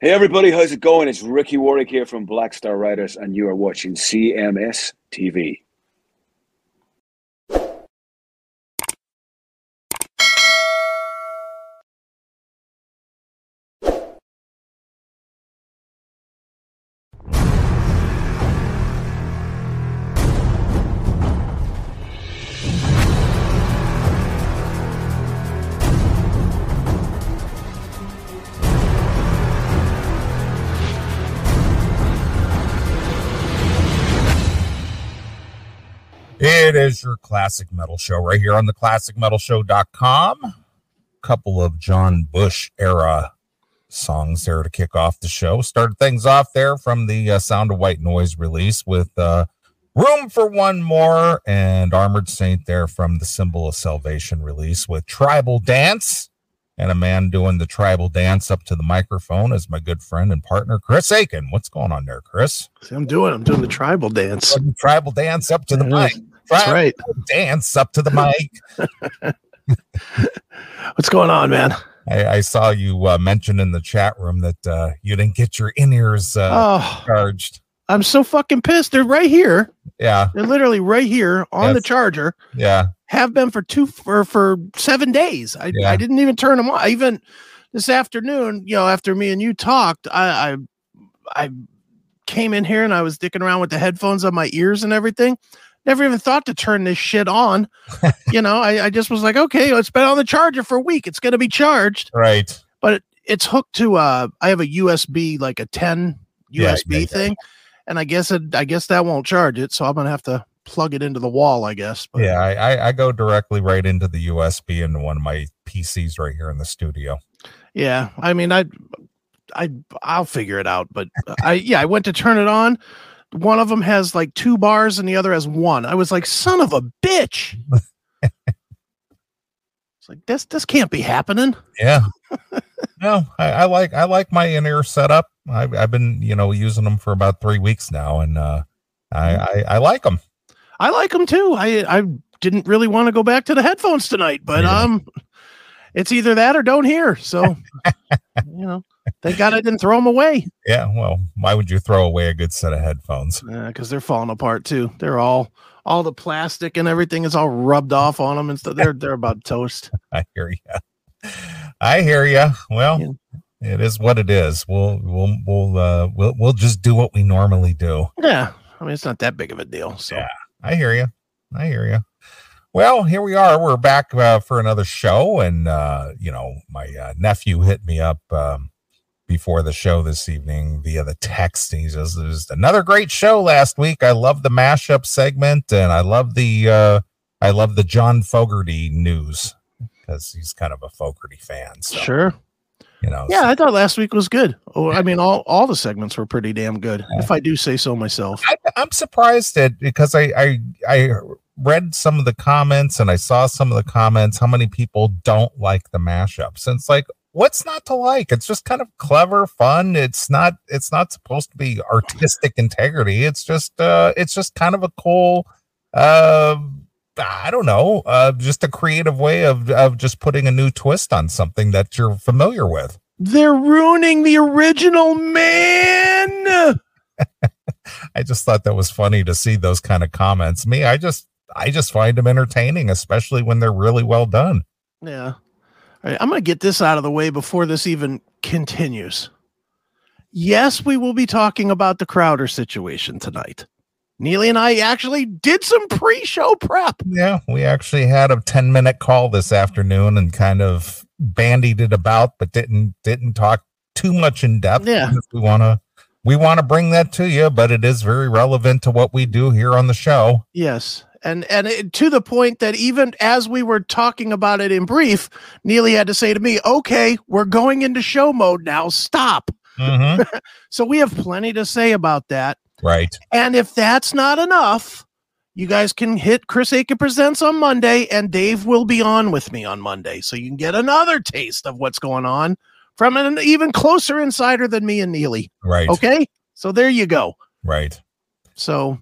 Hey everybody, how's it going? It's Ricky Warwick here from Black Star Writers, and you are watching CMS TV. It is your classic metal show right here on the classicmetalshow.com. Couple of John Bush era songs there to kick off the show. Started things off there from the uh, Sound of White Noise release with uh, Room for One More and Armored Saint there from the Symbol of Salvation release with Tribal Dance and a man doing the tribal dance up to the microphone is my good friend and partner Chris Aiken. What's going on there, Chris? See, I'm doing I'm doing the tribal dance. Tribal dance up to the Yeah, mic. That's Tribal right. Dance up to the mic. What's going on, man? I, I saw you uh, mention in the chat room that uh, you didn't get your in ears uh, Oh, charged. I'm so fucking pissed. They're right here. Yeah, They're literally right here on the Yes. charger. yeah, Have been for two for for seven days. I, Yeah. I didn't even turn them on. I even this afternoon, you know, after me and you talked, I I, I came in here and I was dicking around with the headphones on my ears and everything. Never even thought to turn this shit on. you know, I, I just was like, okay, it's been on the charger for a week. It's gonna be charged. right. it's hooked to uh I have a USB like a 10 Yeah, USB yeah, yeah. thing and I guess it I guess that won't charge it so I'm going to have to plug it into the wall I guess but Yeah, I, I, I go directly right into the USB into one of my PCs right here in the studio. yeah I mean I I I'll figure it out but I yeah I went to turn it on one of them has like two bars and the other has one I was like son of a bitch It's like this this can't be happening Yeah. no, I, I like I like my in ear setup. I've, I've been you know using them for about three weeks now, and uh, I, I I like them. I like them too. I I didn't really want to go back to the headphones tonight, but Yeah. um, it's either that or don't hear. So you know, thank God I didn't throw them away Yeah. Well, why would you throw away a good set of headphones? because uh, they're falling apart too. They're all all the plastic and everything is all rubbed off on them, and so they're they're about toast. I hear you. I hear you. Well, it is what it is. We'll we'll we'll uh, we'll we'll just do what we normally do. Yeah, I mean it's not that big of a deal. So Yeah. I hear you. I hear you. Well, here we are. We're back uh, for another show, and uh, you know, my uh, nephew hit me up um, before the show this evening via the text. He says, "There's another great show last week. I love the mashup segment, and I love the uh, I love the John Fogerty news because he's kind of a Fogerty fan. So sure. you know, Yeah, I thought last week was good. Oh, I mean all all the segments were pretty damn good, if I do say so myself. I, I'm surprised that because I, I I read some of the comments and I saw some of the comments how many people don't like the mashups. And it's like, what's not to like? It's just kind of clever, fun. It's not it's not supposed to be artistic integrity. It's just uh it's just kind of a cool uh I don't know, uh just a creative way of of just putting a new twist on something that you're familiar with. They're ruining the original man. I just thought that was funny to see those kind of comments. Me, I just I just find them entertaining, especially when they're really well done. Yeah. All right. I'm going to get this out of the way before this even continues. Yes, we will be talking about the Crowder situation tonight. Neely and I actually did some pre show prep. Yeah, we actually had a 10 minute call this afternoon and kind of bandied it about, but didn't didn't talk too much in depth. Yeah. If We wanna we wanna bring that to you, but it is very relevant to what we do here on the show. Yes. And, and it, to the point that even as we were talking about it in brief, Neely had to say to me, okay, we're going into show mode now. Stop. Mhm. So we have plenty to say about that. right. And if that's not enough, you guys can hit Chris Aiken Presents on Monday, and Dave will be on with me on Monday. So you can get another taste of what's going on from an even closer insider than me and Neely. Right. Okay. So there you go. Right. So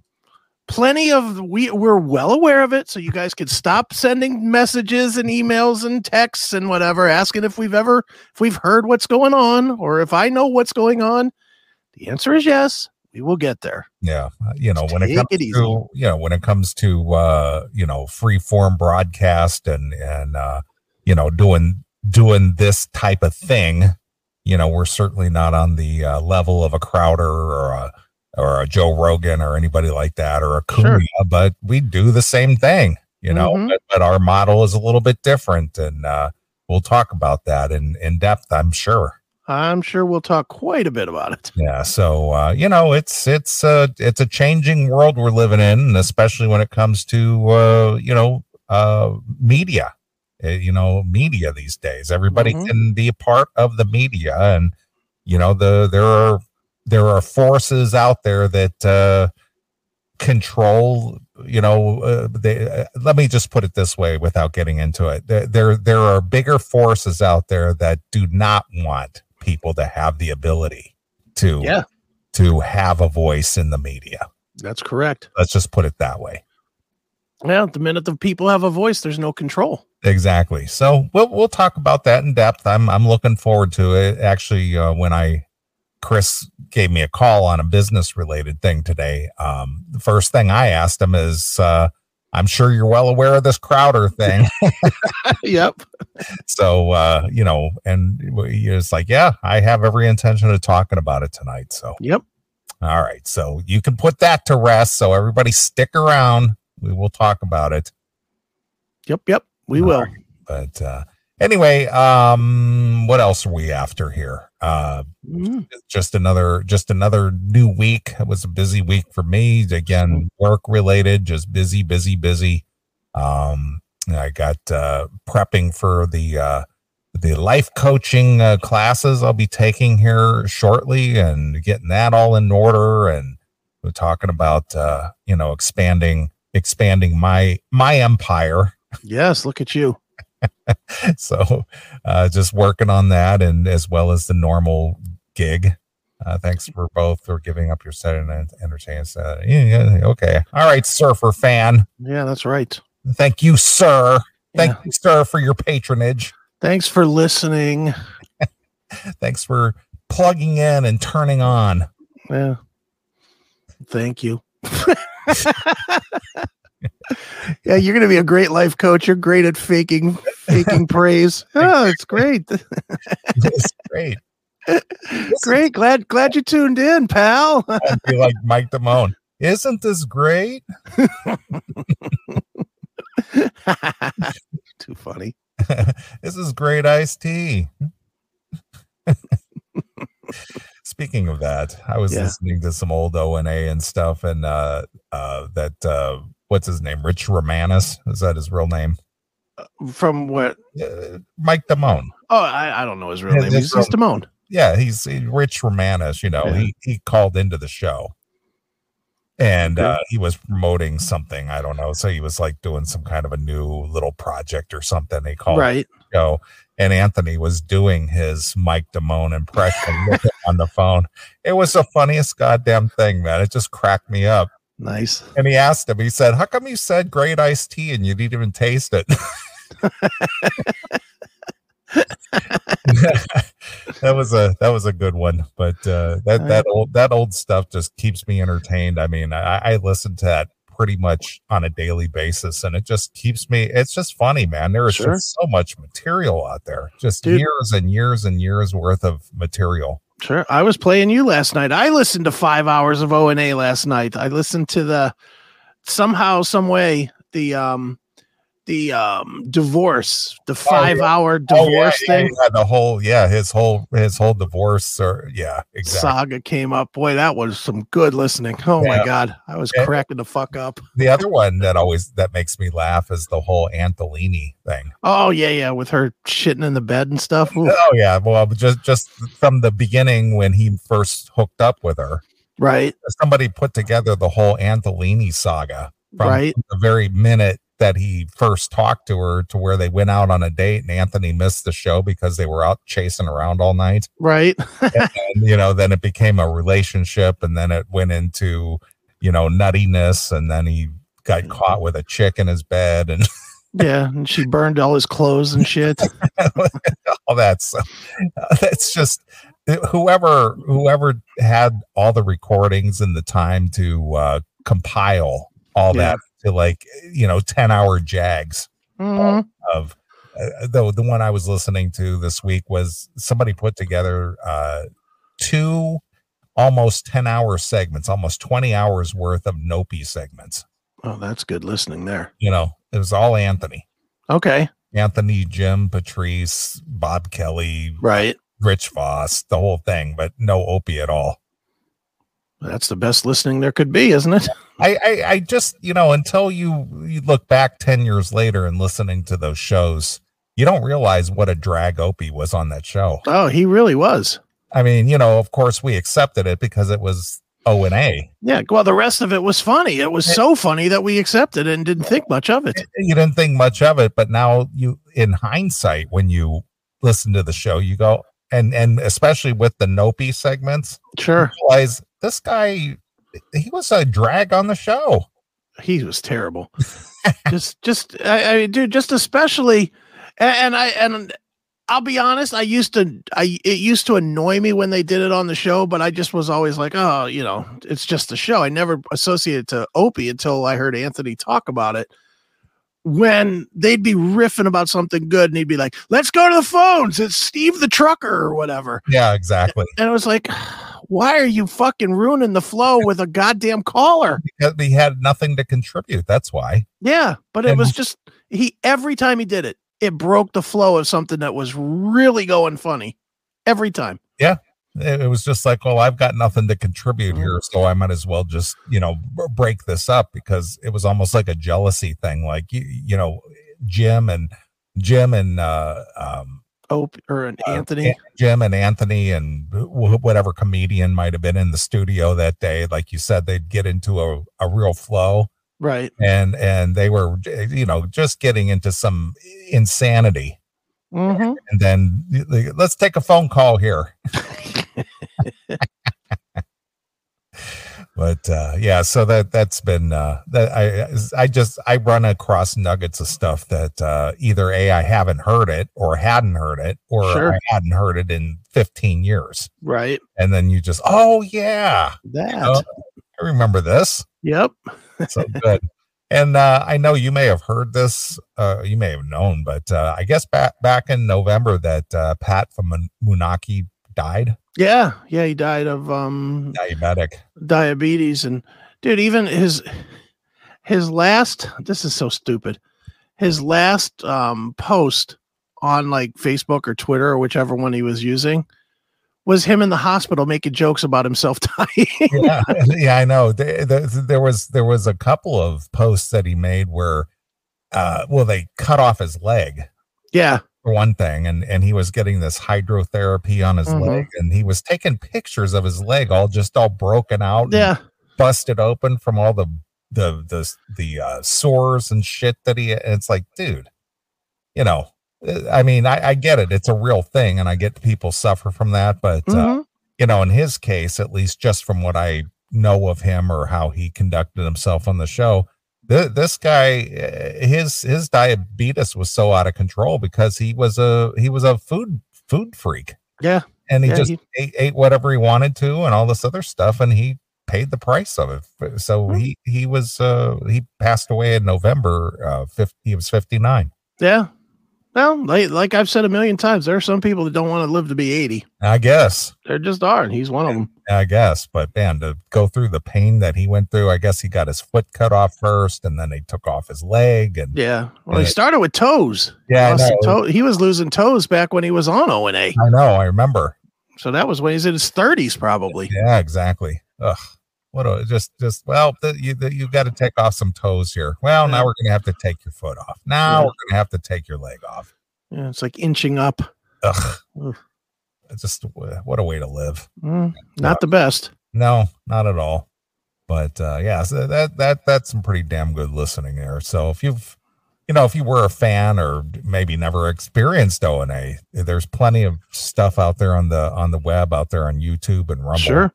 plenty of we we're well aware of it so you guys could stop sending messages and emails and texts and whatever asking if we've ever if we've heard what's going on or if i know what's going on the answer is yes we will get there Yeah, uh, you know when it Take comes it easy. to you know when it comes to uh, you know free form broadcast and and uh, you know doing doing this type of thing, you know we're certainly not on the uh, level of a Crowder or a or a Joe Rogan or anybody like that or a Sure. Cunha, but we do the same thing, you know. Mhm. But, but our model is a little bit different, and uh, we'll talk about that in in depth, I'm sure. i'm sure we'll talk quite a bit about it Yeah, so uh, you know, it's it's a it's a changing world we're living in, and especially when it comes to uh, you know uh, media. Uh, you know, media these days, everybody Mhm. can be a part of the media, and you know the there are there are forces out there that uh, control. You know, uh, they, uh, let me just put it this way, without getting into it, there, there there are bigger forces out there that do not want people to have the ability to Yeah. to have a voice in the media. that's correct Let's just put it that way. yeah the minute the people have a voice there's no control Exactly. So we'll we'll talk about that in depth. I'm I'm looking forward to it. Actually, uh, when I Chris gave me a call on a business related thing today, um, the first thing I asked him is, uh, "I'm sure you're well aware of this Crowder thing." yep so uh, you know, and it's like, yeah, I have every intention of talking about it tonight. So yep All right. So you can put that to rest. So everybody stick around. We will talk about it. yep yep we All will But uh anyway, um what else are we after here? Uh Mm, just another just another new week. It was a busy week for me. Again, work related, just busy, busy, busy. Um I got uh prepping for the uh the life coaching uh, classes I'll be taking here shortly and getting that all in order and we're talking about uh you know expanding expanding my my empire yes look at you so uh, just working on that and as well as the normal gig uh, thanks for both for giving up your Saturday night entertainment uh, yeah, yeah, okay all right surfer fan yeah that's right thank you sir thank Yeah. you sir for your patronage thanks for listening thanks for plugging in and turning on Yeah. Thank you. yeah, you're gonna be a great life coach. You're great at faking faking praise. Oh, it's great. it's great great. Glad glad you tuned in, pal. I'd be like mike demone isn't this great Too funny. this is great iced tea. Speaking of that, I was Yeah. listening to some old O and A and stuff, and uh, uh, that uh, what's his name, Rich Romanus, is that his real name? From what Uh, Mike Damone. oh I, I don't know his real Yeah, name. that's He's just Damone. Yeah, he's he- Rich Romanus. You know, Yeah. he he called into the show, and Okay. uh, he was promoting something. I don't know. So he was like doing some kind of a new little project or something. He called Right. show, and Anthony was doing his Mike Damone impression with him on the phone. It was the funniest goddamn thing, man. It just cracked me up. Nice. And he asked him, he said, How come you said great iced tea and you didn't even taste it? that was a that was a good one. But uh that, that old that old stuff just keeps me entertained. I mean, I, I listen to that pretty much on a daily basis and it just keeps me it's just funny, man. There is Sure. just so much material out there. Just Dude. years and years and years worth of material. Sure. I was playing you last night. I listened to five hours of O and A last night. I listened to the somehow, some way, the um the um divorce, the five hour Oh, divorce yeah, yeah, thing yeah, the whole yeah, his whole his whole divorce or yeah, exactly. saga came up. Boy, that was some good listening. Oh Yeah. my god. I was Yeah. cracking the fuck up. the other one that always that makes me laugh is the whole Antolini thing. Oh yeah, yeah, with her shitting in the bed and stuff. Ooh, Oh yeah, well just just from the beginning when he first hooked up with her, right, somebody put together the whole Antolini saga from right. the very minute that he first talked to her to where they went out on a date and Anthony missed the show because they were out chasing around all night. Right. And you know, then it became a relationship and then it went into you know, nuttiness. And then he got caught with a chick in his bed and Yeah, and she burned all his clothes and shit. all that stuff. Oh, uh, That's just uh, whoever whoever had all the recordings and the time to uh, compile all Yeah. that to like you know ten hour jags Oh, Mhm. of uh, though the one I was listening to this week was somebody put together uh, two almost 10 hour segments almost 20 hours worth of nopey segments Oh, that's good listening there. you know it was all anthony Okay, anthony jim patrice bob kelly right. Rich Voss, the whole thing, but no Opie at all. That's the best listening there could be, isn't it? I, I, I just, you know, until you, you look back 10 years later and listening to those shows, you don't realize what a drag Opie was on that show. Oh, he really was. I mean, you know, of course we accepted it because it was O and A. Yeah. Well, the rest of it was funny. It was so funny that we accepted it and didn't think much of it. You didn't think much of it, but now you, in hindsight, when you listen to the show, you go, and, and especially with the Nopey segments, Sure. realize this guy, he was a drag on the show. he was terrible. just, just, I, I, dude, just especially, and, and I, and I'll be honest, I used to, I, it used to annoy me when they did it on the show, but I just was always like, oh, you know, it's just a show. I never associated to Opie until I heard Anthony talk about it. When they'd be riffing about something good, and he'd be like, "Let's go to the phones. It's Steve the trucker or whatever," Yeah, exactly. and it was like, "Why are you fucking ruining the flow with a goddamn caller?" because he had nothing to contribute. That's why. Yeah, but it And- was just he every time he did it, it broke the flow of something that was really going funny. Every time. It it was just like, well, I've got nothing to contribute here, so I might as well just, you know, b- break this up because it was almost like a jealousy thing. Like you, you know, Jim and Jim and uh, um, Oh, or an uh, Anthony. An- Jim and Anthony and wh- whatever comedian might have been in the studio that day. Like you said, they'd get into a, a real flow, Right. and and they were, you know, just getting into some insanity. hmm and then y- y- let's take a phone call here. but uh, yeah, so that that's been uh, that I I just I run across nuggets of stuff that uh, either a I haven't heard it or hadn't heard it or Sure. I hadn't heard it in fifteen years, Right. and then you just oh yeah, That. oh, I remember this Yep. so good. And uh, I know you may have heard this, uh, you may have known, but uh, I guess back back in November that uh, Pat from Mun- Munaki died Yeah. Yeah. He died of um diabetic. diabetes and dude even his his last this is so stupid his last um post on like facebook or twitter or whichever one he was using was him in the hospital making jokes about himself dying Yeah, yeah, I know. There, there- there was there was a couple of posts that he made where, uh, well, they cut off his leg yeah for one thing, and and he was getting this hydrotherapy on his Mhm. leg, and he was taking pictures of his leg all just all broken out, and yeah busted open from all the the the the uh, sores and shit that he. and It's like, dude, you know, uh, I mean, I, I get it. It's a real thing, and I get people suffer from that. But uh, Mhm. you know, in his case, at least, just from what I know of him or how he conducted himself on the show. th- This guy, uh, his his diabetes was so out of control because he was a he was a food food freak. Yeah. and he Yeah, just he- ate, ate whatever he wanted to and all this other stuff and he paid the price of it F- so Hmm. he he was uh he passed away in november uh 50, he was 59 yeah well like, like i've said a million times there are some people that don't want to live to be 80 i guess there just are and he's one of them i guess but man to go through the pain that he went through i guess he got his foot cut off first and then they took off his leg and yeah well he Yeah. started with toes yeah i Lost a know, toe- he was losing toes back when he was on o and a I know i remember So that was when he's in his thirties, probably. yeah exactly Ugh. what a, just just well th- you th- you got to take off some toes here well Yeah. now we're gonna have to take your foot off now Yeah. we're gonna have to take your leg off Yeah, it's like inching up. Ugh. Oof. It's Just wha- what a way to live. Mm, not the best. No, not at all. But uh, yeah, so that that that's some pretty damn good listening there. So if you've you know if you were a fan or maybe never experienced O and A, there's plenty of stuff out there on the on the web, out there on YouTube and Rumble Sure.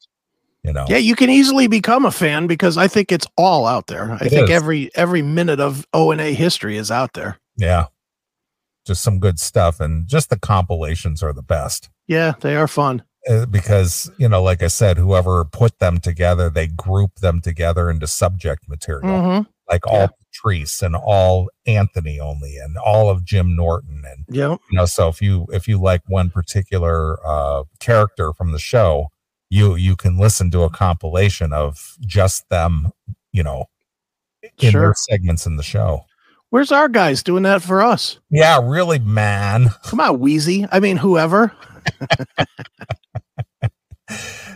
You know, Yeah, you can easily become a fan because I think it's all out there. I It is. think every every minute of O and A history is out there. yeah, just some good stuff, and just the compilations are the best. Yeah, they are fun. uh, because you know like i said whoever put them together they group them together into subject material hmm like Yeah. all patrice and all anthony only and all of jim norton and Yeah, you know so if you if you like one particular uh character from the show you you can listen to a compilation of just them you know in sure. their segments in the show Where's our guys doing that for us? yeah really man Come on, Wheezy. I mean, whoever.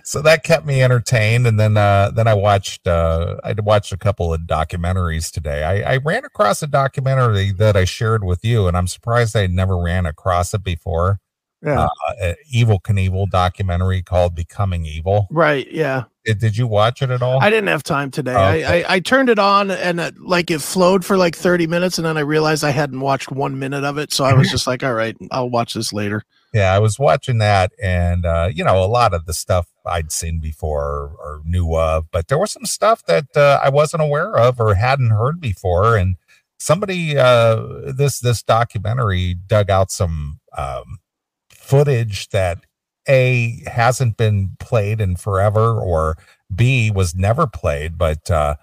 so that kept me entertained and then uh then i watched uh i watched a couple of documentaries today i i ran across a documentary that i shared with you and i'm surprised i never ran across it before Yeah. uh, an evil knievel documentary called becoming evil Right. Yeah. did, did you watch it at all I didn't have time today. Okay. I, I I turned it on and it, like it flowed for like thirty minutes, and then I realized I hadn't watched one minute of it, so I was just like, all right, I'll watch this later. yeah i was watching that and uh you know a lot of the stuff i'd seen before or, knew of but there was some stuff that uh, i wasn't aware of or hadn't heard before and somebody uh this this documentary dug out some um footage that a hasn't been played in forever or b was never played but uh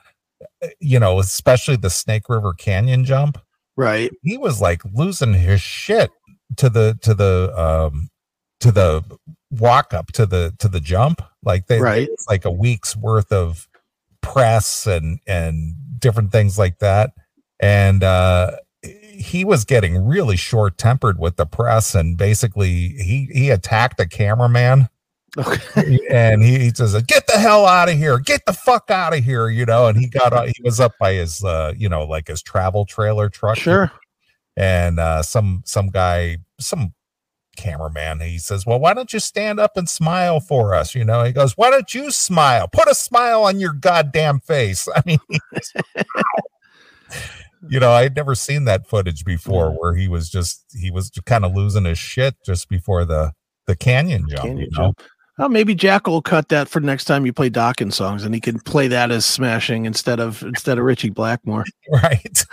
you know especially the snake river canyon jump Right. he was like losing his shit to the to the um to the walk up to the to the jump like they Right. it's like a week's worth of press and and different things like that and uh he was getting really short tempered with the press and basically he he attacked a cameraman Okay. and he, he says, "Get the hell out of here! Get the fuck out of here!" You know. And he got out- he was up by his uh, you know like his travel trailer truck. Sure. And uh, some some guy some cameraman he says, "Well, why don't you stand up and smile for us?" You know. He goes, "Why don't you smile? Put a smile on your goddamn face." I mean. he was- You know, I had never seen that footage before, where he was just he was kind of losing his shit just before the the canyon jump. Can you you know? jump? Well, maybe Jack will cut that for next time you play Dawkins songs, and he can play that as smashing instead of instead of Richie Blackmore. right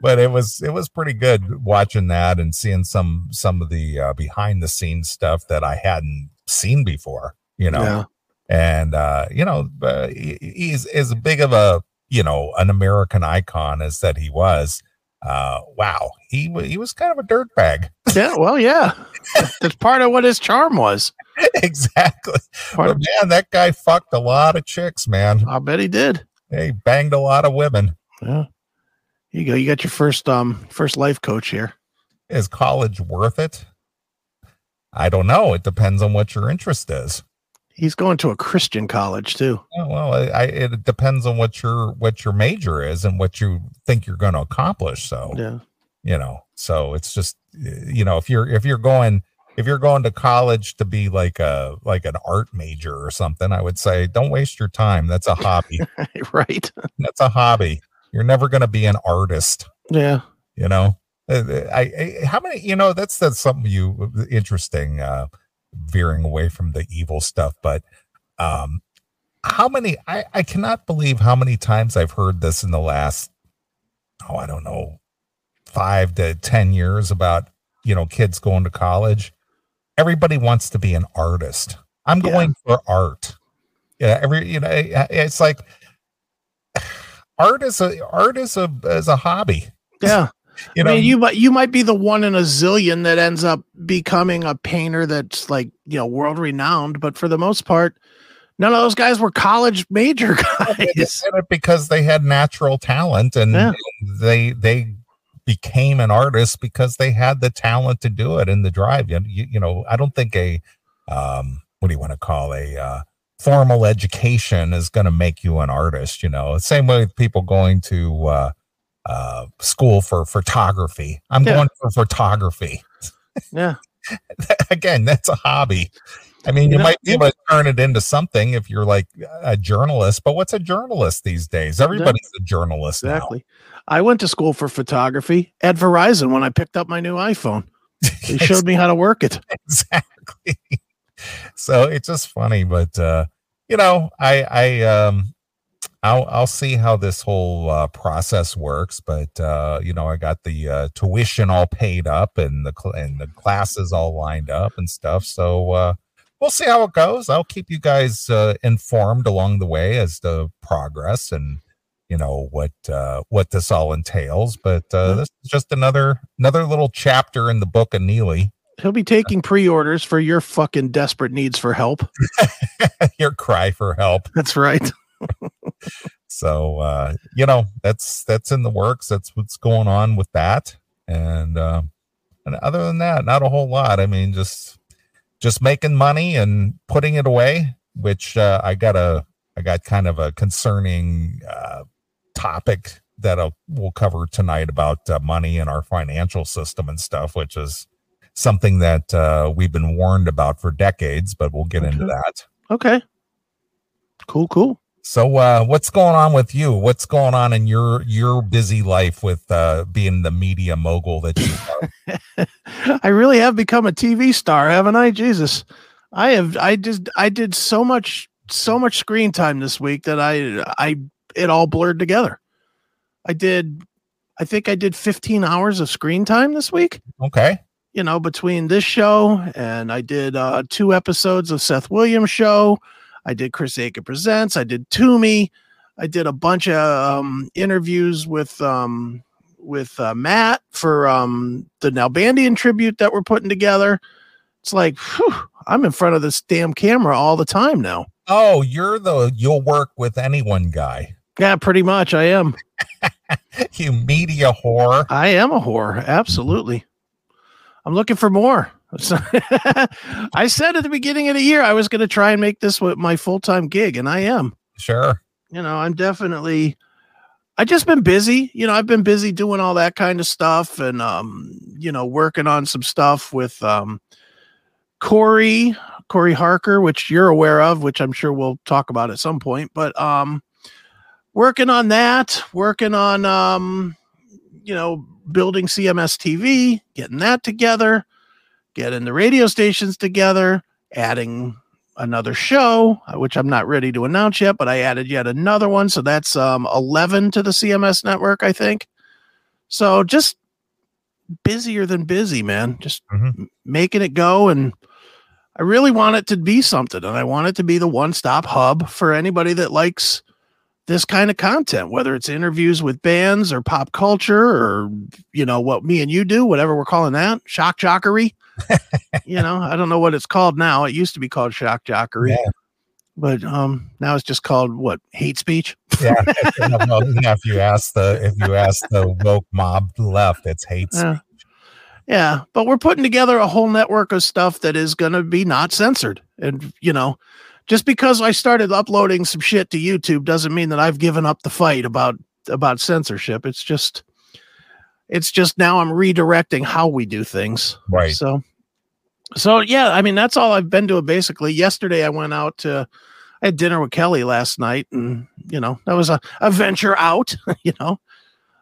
but it was it was pretty good watching that and seeing some some of the uh, behind the scenes stuff that i hadn't seen before you know Yeah. and uh you know uh, he- he's as big of a you know an american icon as that he was uh wow he wa- he was kind of a dirtbag Yeah. Well, yeah. That's part of what his charm was. exactly Part but of, man that guy fucked a lot of chicks man I bet he did. he banged a lot of women Yeah. You go. You got your first um first life coach here. is college worth it? I don't know. It depends on what your interest is. He's going to a Christian college too. Yeah, Well, I, I, it depends on what your what your major is and what you think you're going to accomplish. So Yeah. you know, so it's just you know if you're if you're going if you're going to college to be like a like an art major or something, I would say don't waste your time. That's a hobby. right. That's a hobby. You're never going to be an artist. Yeah. you know Uh, I, I how many you know that's that's something you interesting uh veering away from the evil stuff but um how many i i cannot believe how many times i've heard this in the last oh i don't know five to ten years about you know kids going to college everybody wants to be an artist i'm Yeah. going for art yeah every you know it- it's like art is a art is a is a hobby Yeah. you know I mean, you might you might be the one in a zillion that ends up becoming a painter that's like you know world renowned, but for the most part, none of those guys were college major they guys. did it because they had natural talent and Yeah. they they became an artist because they had the talent to do it and the drive you, you, you know i don't think a um what do you want to call a uh formal education is going to make you an artist you know same way with people going to uh uh school for photography i'm Yeah. going for photography Yeah, again, that's a hobby. I mean, you, You know, might be able to turn it into something if you're like a journalist, but what's a journalist these days? Everybody's a journalist exactly. I went to school for photography at Verizon when I picked up my new iPhone. now. They showed me how to work it. exactly. so it's just funny, but uh, you know, I I um I'll I'll see how this whole uh, process works, but uh, you know, I got the uh, tuition all paid up and the cl- and the classes all lined up and stuff. So uh, we'll see how it goes. I'll keep you guys uh, informed along the way as to progress and you know what uh, what this all entails. But uh, Yeah. this is just another another little chapter in the book of Neely. He'll be taking pre-orders for your fucking desperate needs for help. Your cry for help. That's right. so uh you know that's that's in the works that's what's going on with that and uh and other than that not a whole lot i mean just just making money and putting it away which uh i got a i got kind of a concerning uh topic that I'll, we'll cover tonight about uh, money and our financial system and stuff which is something that uh we've been warned about for decades but we'll get into Okay. that Okay. Cool, cool. so uh what's going on with you? What's going on in your your busy life with uh being the media mogul that you are? I really have become a TV star, haven't I? Jesus. I have I just I did so much so much screen time this week that I I it all blurred together. I did I think I did 15 hours of screen time this week, Okay. you know, between this show and I did uh two episodes of Seth Williams show. I did Chris Aiken presents, I did Toomey, I did a bunch of um interviews with um with uh, Matt for um the Nalbandian tribute that we're putting together. It's like whew, I'm in front of this damn camera all the time now. Oh, you're the you'll work with anyone guy. Yeah, pretty much I am. You media whore. I am a whore. Absolutely. I'm looking for more. So- I said at the beginning of the year I was going to try and make this what my full time gig, and I am. Sure. You know, I'm definitely. I just been busy. You know, I've been busy doing all that kind of stuff, and um, you know, working on some stuff with um, Corey Corey Harker, which you're aware of, which I'm sure we'll talk about at some point. But um, working on that, working on um, you know, building CMS TV, getting that together, getting the radio stations together, adding another show, uh, which I'm not ready to announce yet, but I added yet another one. So that's um, 11 to the CMS network, I think. So just busier than busy, man. Just Mhm. m- making it go. And I really want it to be something. And I want it to be the one stop hub for anybody that likes this kind of content, whether it's interviews with bands or pop culture or, you know, what me and you do, whatever we're calling that, shock jockery. you know, I don't know what it's called now. It used to be called shock jockery, Yeah. but um, now it's just called what hate speech. Yeah. Well, yeah, if you ask the if you ask the woke mob left, it's hate. speech. Yeah. Yeah, but we're putting together a whole network of stuff that is going to be not censored. And, you know, just because I started uploading some shit to YouTube doesn't mean that I've given up the fight about about censorship. It's just it's just now I'm redirecting how we do things. Right. So, so yeah, I mean that's all I've been doing basically. Yesterday I went out to, I had dinner with Kelly last night, and you know that was a, a venture out. you know,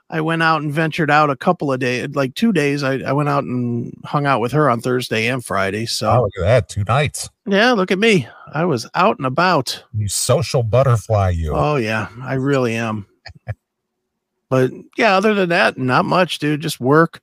I went out and ventured out a couple of days, like two days. I, I went out and hung out with her on Thursday and Friday. So Oh, look at that. Two nights. yeah, look at me. I was out and about. You social butterfly you. Oh yeah, I really am. but yeah, other than that, not much, dude. Just work,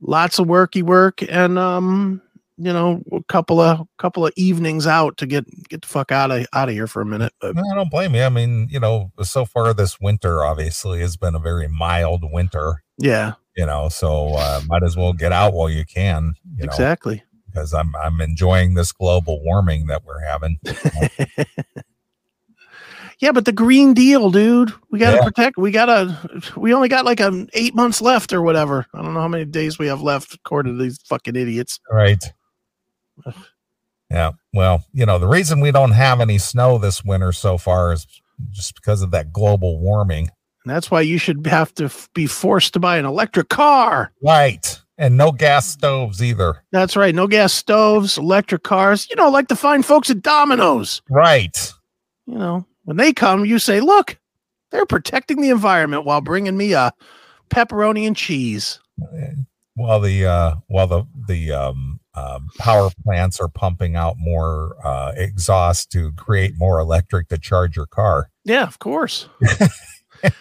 lots of worky work, and um, you know, a couple of couple of evenings out to get get the fuck out of out of here for a minute. But No, I don't blame you. I mean, you know, so far this winter obviously has been a very mild winter. yeah, you know so uh, might as well get out while you can you know exactly. because i'm i'm enjoying this global warming that we're having Yeah, but the Green Deal, dude. We gotta Yeah. protect. We gotta. We only got like um eight months left or whatever. I don't know how many days we have left according to these fucking idiots. right yeah well you know the reason we don't have any snow this winter so far is just because of that global warming And that's why you should have to f- be forced to buy an electric car. right and no gas stoves either That's right. No gas stoves, electric cars. You know, like the fine folks at Domino's. right You know, when they come, you say, "Look, they're protecting the environment while bringing me a pepperoni and cheese." while the uh while the the um um, power plants are pumping out more uh, exhaust to create more electric to charge your car. Yeah, of course.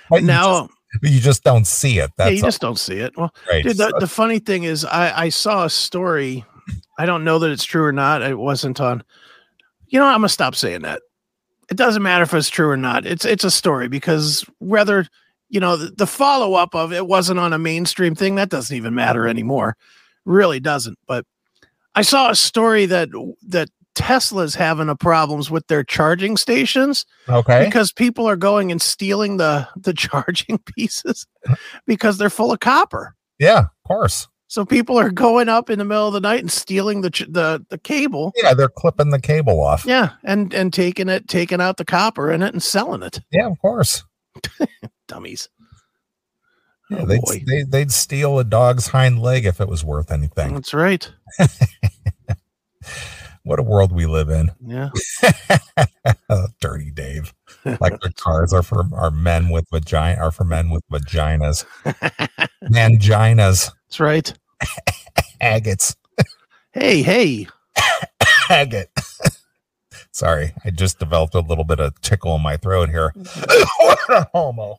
But now you just, you just don't see it. yeah, That's you just don't see it. Well, all right. dude, the, So- the funny thing is, I, I saw a story. I don't know that it's true or not. It wasn't on. You know, what? I'm gonna stop saying that. It doesn't matter if it's true or not. It's it's a story because whether you know the, the follow up of it wasn't on a mainstream thing that doesn't even matter anymore. Really doesn't. But I saw a story that that Tesla's having a problems with their charging stations okay. because people are going and stealing the the charging pieces because they're full of copper. Yeah, of course. So people are going up in the middle of the night and stealing the ch- the the cable. Yeah, they're clipping the cable off. Yeah, and and taking it, taking out the copper in it and selling it. Yeah, of course. Dummies. Yeah, Oh, they'd, boy. they, they'd steal a dog's hind leg if it was worth anything. That's right. What a world we live in. Yeah. Dirty Dave. Like the cars are for are men with vagina are for men with vaginas. Manginas. That's right. Agates. Hey, hey. Agate. Sorry, I just developed a little bit of tickle in my throat here. Mm-hmm. what a homo.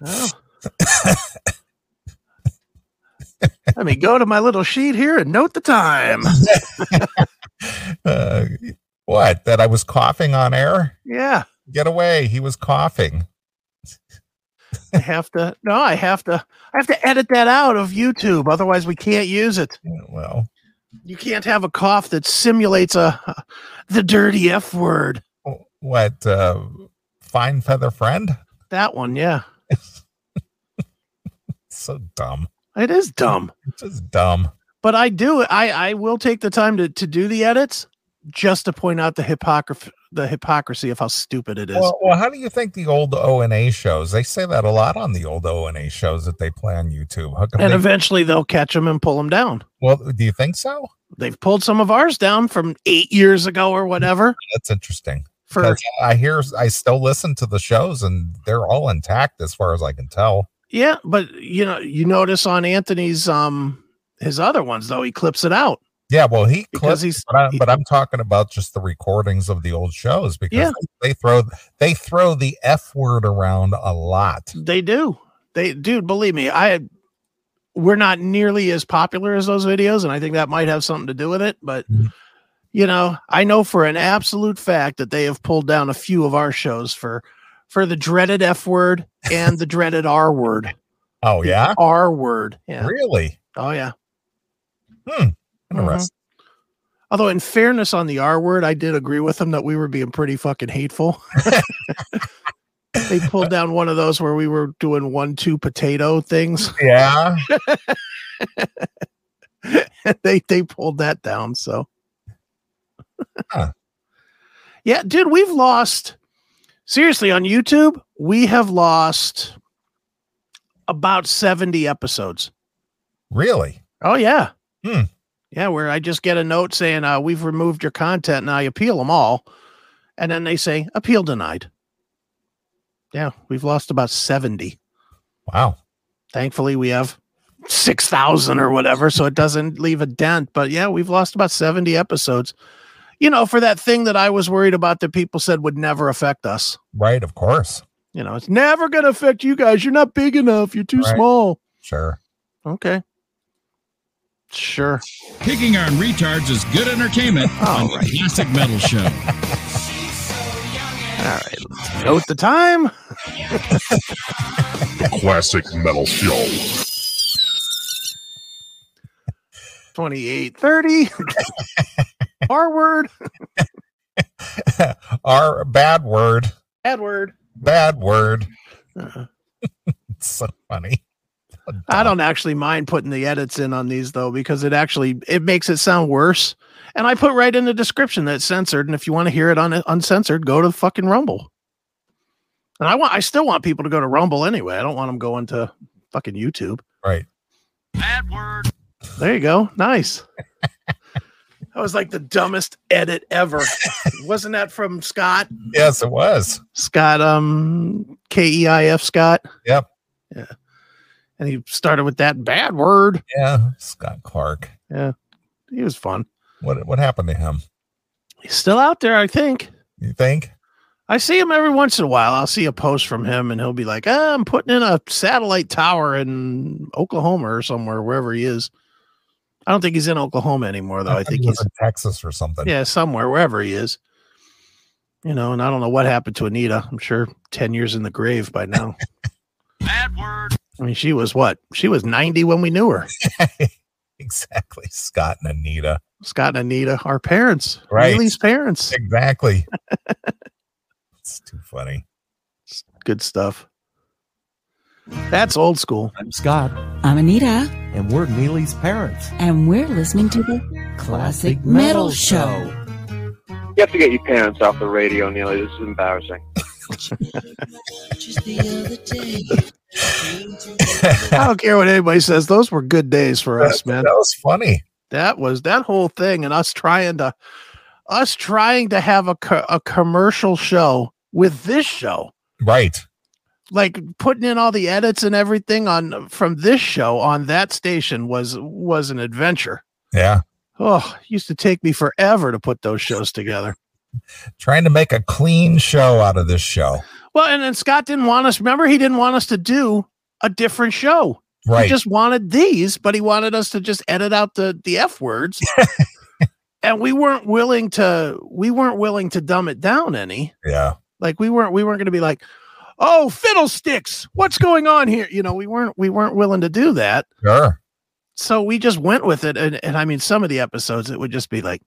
Well. Let me go to my little sheet here and note the time. Uh, what? That I was coughing on air? Yeah. Get away. He was coughing. I have to no, I have to I have to edit that out of YouTube. Otherwise we can't use it. Yeah, Well, You can't have a cough that simulates a the dirty F word. what uh fine feather friend? That one, yeah. So dumb. It is dumb. Just dumb. But I do I I will take the time to to do the edits just to point out the hypocrisy the hypocrisy of how stupid it is. Well, well, how do you think the old O and A shows? They say that a lot on the old O and A shows that they play on YouTube. How come and they- eventually they'll catch them and pull them down. well, do you think so? They've pulled some of ours down from 8 years ago or whatever That's interesting. for 'Cause I hear, I still listen to the shows, and they're all intact as far as I can tell. Yeah, but you know, you notice on Anthony's um his other ones though, he clips it out Yeah, well, he because clips, he's but, I, but I'm talking about just the recordings of the old shows because Yeah. they throw they throw the f word around a lot. they do. They dude, believe me, I we're not nearly as popular as those videos, and I think that might have something to do with it, but Mhm. you know, I know for an absolute fact that they have pulled down a few of our shows for for the dreaded F word and the dreaded R word. Oh yeah, R word. Mm-hmm. Yeah. really Oh yeah. Mhm. interesting. Although, in fairness, on the R word, I did agree with them that we were being pretty fucking hateful. they pulled down one of those where we were doing one, two potato things. Yeah, they they pulled that down. So, Huh. yeah, dude, we've lost. Seriously, on YouTube, we have lost about seventy episodes. really. Oh yeah. Hmm. Yeah, where I just get a note saying, uh, we've removed your content and I appeal them all. And then they say, appeal denied. Yeah, we've lost about 70. Wow. Thankfully, we have 6,000 or whatever. So it doesn't leave a dent. But yeah, we've lost about 70 episodes. You know, for that thing that I was worried about that people said would never affect us. Right. Of course. You know, it's never going to affect you guys. You're not big enough. You're too Right. small. Sure. Okay. Sure. Kicking Iron Retards is good entertainment All on right. the Classic Metal Show. All right. Note the time. Classic Metal Show. 2830. R word. Our bad word. Bad word. Bad word. Uh, It's so funny. I don't actually mind putting the edits in on these though, because it actually it makes it sound worse. And I put right in the description that it's censored. And if you want to hear it on uncensored, go to the fucking Rumble. And I want I still want people to go to Rumble anyway. I don't want them going to fucking YouTube. Right. There you go. Nice. that was like the dumbest edit ever. Wasn't that from Scott? Yes, it was. Scott, um, K E I F Scott. Yep. Yeah. And he started with that bad word. Yeah. Scott Clark. he was fun. What what happened to him? He's still out there, I think. You think? I see him every once in a while. I'll see a post from him, and he'll be like, "Ah, "I'm putting in a satellite tower in Oklahoma or somewhere, wherever he is." I don't think he's in Oklahoma anymore, though. I, thought think he was he's in Texas or something. yeah, somewhere, wherever he is. You know, and I don't know what happened to Anita. I'm sure ten years in the grave by now. Bad word. I mean, she was what? She was 90 when we knew her. exactly. Scott and Anita. Scott and Anita, our parents, Right. Neely's parents. Exactly. it's too funny. Good stuff. That's old school. I'm Scott, I'm Anita, and we're Neely's parents. and we're listening to the Classic Metal Show. You have to get your parents off the radio, Neely. This is embarrassing. I don't care what anybody says. Those were good days for us, man. That was funny. That was that whole thing, and us trying to, us trying to have a co- a commercial show with this show, Right. like putting in all the edits and everything on from this show on that station was was an adventure. Yeah. Oh, it used to take me forever to put those shows together. Trying to make a clean show out of this show. Well, and then Scott didn't want us. Remember, he didn't want us to do a different show. Right. He just wanted these, but he wanted us to just edit out the the f words. and we weren't willing to. We weren't willing to dumb it down any. yeah. Like we weren't. We weren't going to be like, oh, fiddlesticks. What's going on here? You know, we weren't. We weren't willing to do that. Sure. So we just went with it. And, and I mean, some of the episodes, it would just be like.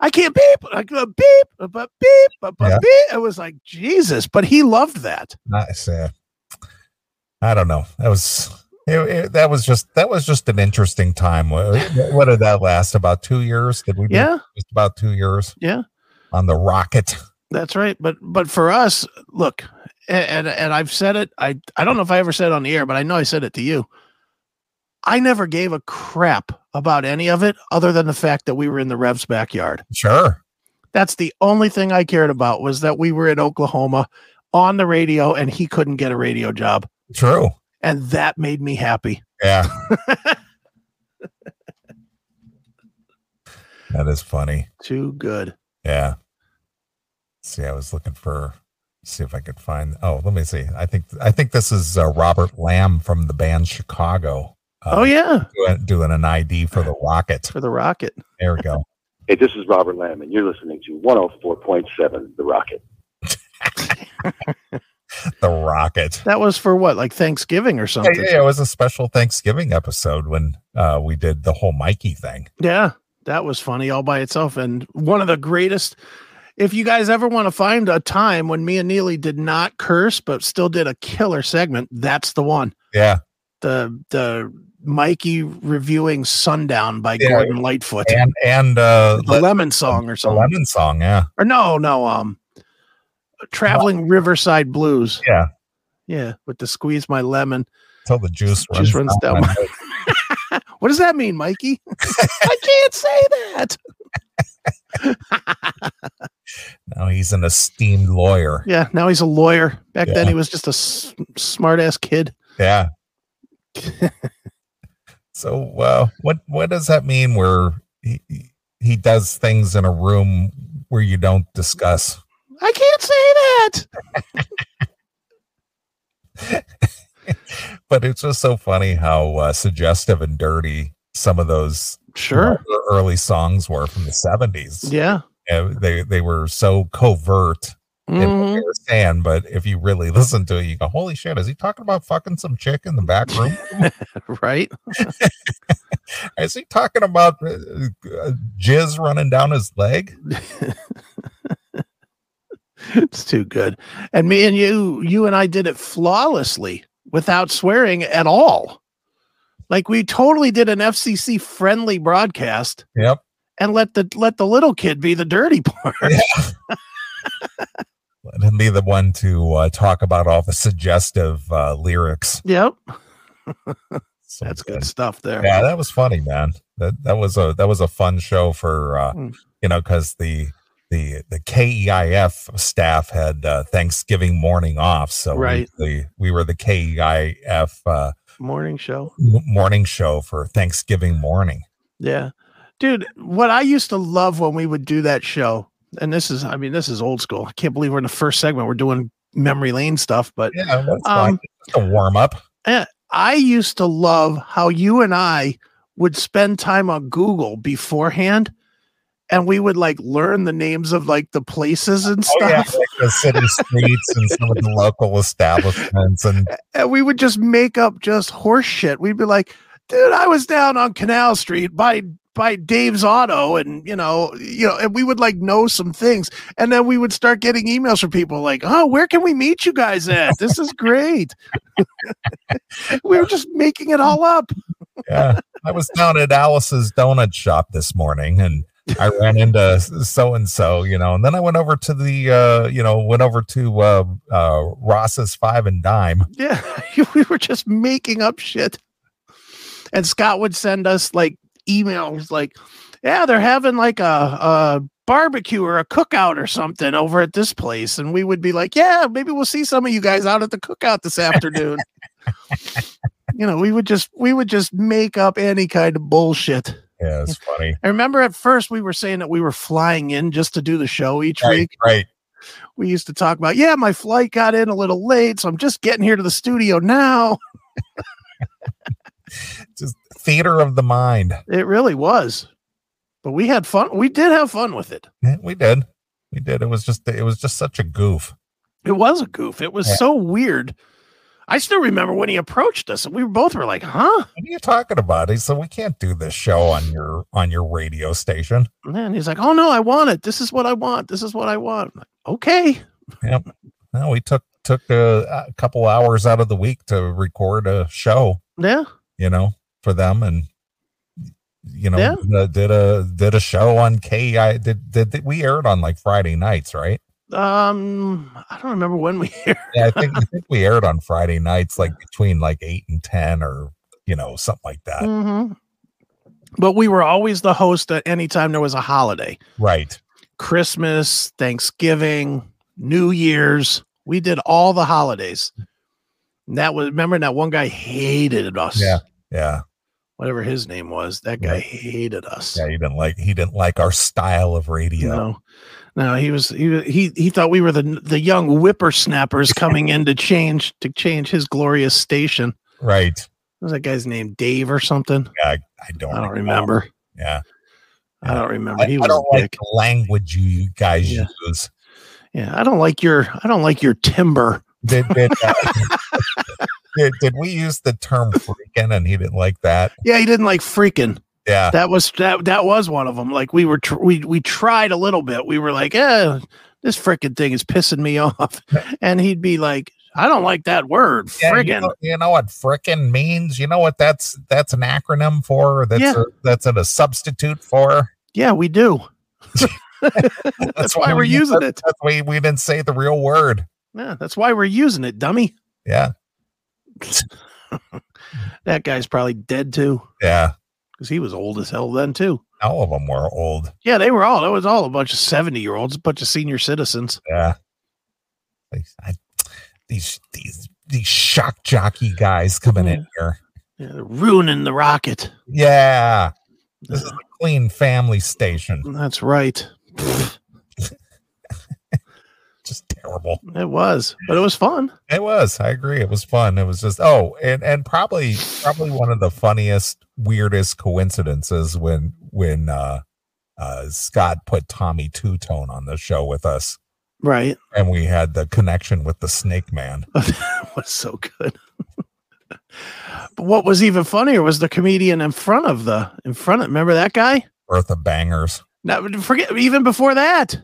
I can't beep, I can't beep, uh, but beep, but beep. Yeah. It was like Jesus, but he loved that. Nice. Yeah. I don't know. That was it, it- that was just that was just an interesting time. What, what did that last? About two years? Did we? do Yeah, Just about two years. Yeah. On the rocket. That's right. But but for us, look, a- and and I've said it. I I don't know if I ever said it on the air, but I know I said it to you. I never gave a crap about any of it other than the fact that we were in the Rev's backyard. Sure. That's the only thing I cared about was that we were in Oklahoma on the radio and he couldn't get a radio job. True. And that made me happy. Yeah. that is funny. Too good. Yeah. See, I was looking for see if I could find. Oh, let me see. I think I think this is uh, Robert Lamb from the band Chicago. Uh, Oh yeah. doing, doing an ID for the Rocket. For the rocket. There we go. Hey, this is Robert Lamb, and you're listening to 104.7 The Rocket. the Rocket. That was for what? Like Thanksgiving or Yeah, something. yeah, yeah, it was a special Thanksgiving episode when uh, we did the whole Mikey thing. Yeah, that was funny all by itself. And one of the greatest. If you guys ever want to find a time when me and Neely did not curse, but still did a killer segment, that's the one. Yeah, The the Mikey reviewing Sundown by Yeah. Gordon Lightfoot. and and uh, the lemon song or the something. Lemon song. Yeah, Or no, no, um Traveling Riverside Blues. Yeah. Yeah. With the squeeze my lemon. till the juice runs, Juice runs down my- What does that mean, Mikey? I can't say that. Now he's an esteemed lawyer. Yeah, now he's a lawyer. Back then Yeah. he was just a s- smart ass kid. Yeah. so uh, what what does that mean? Where he he- he does things in a room where you don't discuss? I can't say that. But it's just so funny how uh, suggestive and dirty some of those Sure. early songs were from the seventies. Yeah. They they were so covert in what Mhm. they were saying, but if you really listen to it, you go, "Holy shit! Is he talking about fucking some chick in the back room? Right. is he talking about uh, uh, jizz running down his leg?" It's too good. And me and you, you and I did it flawlessly without swearing at all. Like we totally did an FCC friendly broadcast Yep. and let the let the little kid be the dirty part. Let him be the one to uh, talk about all the suggestive uh, lyrics. Yep. So That's good stuff there. Yeah, that was funny, man. That that was a that was a fun show for uh, Mm. you know because the the the KEIF staff had uh, Thanksgiving morning off, so we- Right. the, we were the KEIF uh, Morning show. m- morning show for Thanksgiving morning. Yeah. Dude, what I used to love when we would do that show, and this is, I mean, this is old school. I can't believe we're in the first segment. We're doing memory lane stuff, but Yeah, that's Um, fine. It's a warm up. I used to love how you and I would spend time on Google beforehand and we would like learn the names of like the places and Oh, yeah, stuff. like the city streets and some of the local establishments and And we would just make up just horse shit. We'd be like, dude, I was down on Canal Street by by Dave's auto and you know, you know, and we would like know some things. And then we would start getting emails from people like, Oh, where can we meet you guys at? This is great. we were just making it all up. yeah. I was down at Alice's donut shop this morning and I ran into so and so, you know, and then I went over to the uh, you know, went over to uh uh Ross's five and dime. Yeah, we were just making up shit. And Scott would send us like emails like, yeah, they're having like a, a barbecue or a cookout or something over at this place. And we would be like, yeah, maybe we'll see some of you guys out at the cookout this afternoon. you know, we would just we would just make up any kind of bullshit. Yeah, it's funny. I remember at first we were saying that we were flying in just to do the show each week Right, right. we used to talk about, yeah, my flight got in a little late, so I'm just getting here to the studio now. Just theater of the mind. It really was. But we had fun. We did have fun with it. Yeah, we did. We did. It was just it was just such a goof. It was a goof. It was Yeah. so weird. I still remember when he approached us and we both were like, huh? What are you talking about? He said we can't do this show on your on your radio station. And then he's like, oh no, I want it. This is what I want. This is what I want. I'm like, okay. No, we took took a, a couple hours out of the week to record a show, Yeah. you know, for them, and you know, Yeah. uh, did a did a show on KI. Did, did did we aired on like Friday nights, right? Um, I don't remember when we Yeah, I think I think we aired on Friday nights, like between like eight and ten, or you know, something like that. Mhm. But we were always the host at any time there was a holiday. Right? Christmas, Thanksgiving, New Year's. We did all the holidays. And that was remember that one guy hated us. Yeah, Whatever his name was, that guy Yeah. hated us. yeah. He didn't like he didn't like our style of You radio. know. No, he was he wa- he he thought we were the the young whippersnappers coming in to change to change his glorious station. Right? What was that guy's name Dave or something? Yeah, I, I don't. I don't remember. Yeah, I don't remember. I, He I was don't a like dick. the language you guys Yeah. use. Yeah, I don't like your I don't like your timber. did did, uh, did did we use the term freaking and he didn't like that Yeah, he didn't like freaking. yeah that was that that was one of them like we were tr- we we tried a little bit we were like eh, this frickin' thing is pissing me off and he'd be like i don't like that word Yeah, friggin' You, know, you know what frickin' means? You know what that's that's an acronym for? That's Yeah. a, that's a, substitute for. yeah we do That's why we're we- using that's- it. That's why we didn't say the real word. yeah that's why we're using it dummy Yeah, that guy's probably dead too yeah. because he was old as hell then too All of them were old. yeah they were all that was all a bunch of 70 year olds a bunch of senior citizens Yeah. I- I- these these these shock jockey guys coming Hmm. in here. yeah, they're ruining the rocket Yeah, this is a clean family station. that's right Just terrible. it was but it was fun It was. I agree. It was fun. It was just oh, and and probably probably one of the funniest, weirdest coincidences when when uh, uh, Scott put Tommy Two Tone on the show with us, right and we had the connection with the Snake Man. that was so good. but what was even funnier was the comedian in front of the in front of remember that guy? Eartha Bangers. Now forget even before that.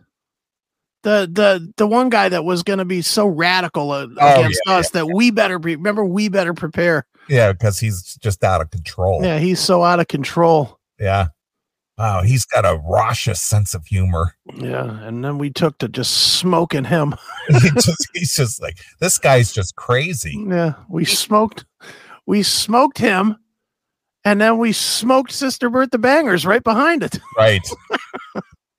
The the the one guy that was going to be so radical uh, Oh, yeah, against us that we better be remember we better prepare. Yeah, because he's just out of control. Yeah. Yeah, he's so out of control. Wow, he's got a raucous sense of humor. Yeah, and then we took to just smoking him. He just, he's just like this guy's just crazy. Yeah, we smoked we smoked him and then we smoked Sister Bertha Bangers right behind it. Right.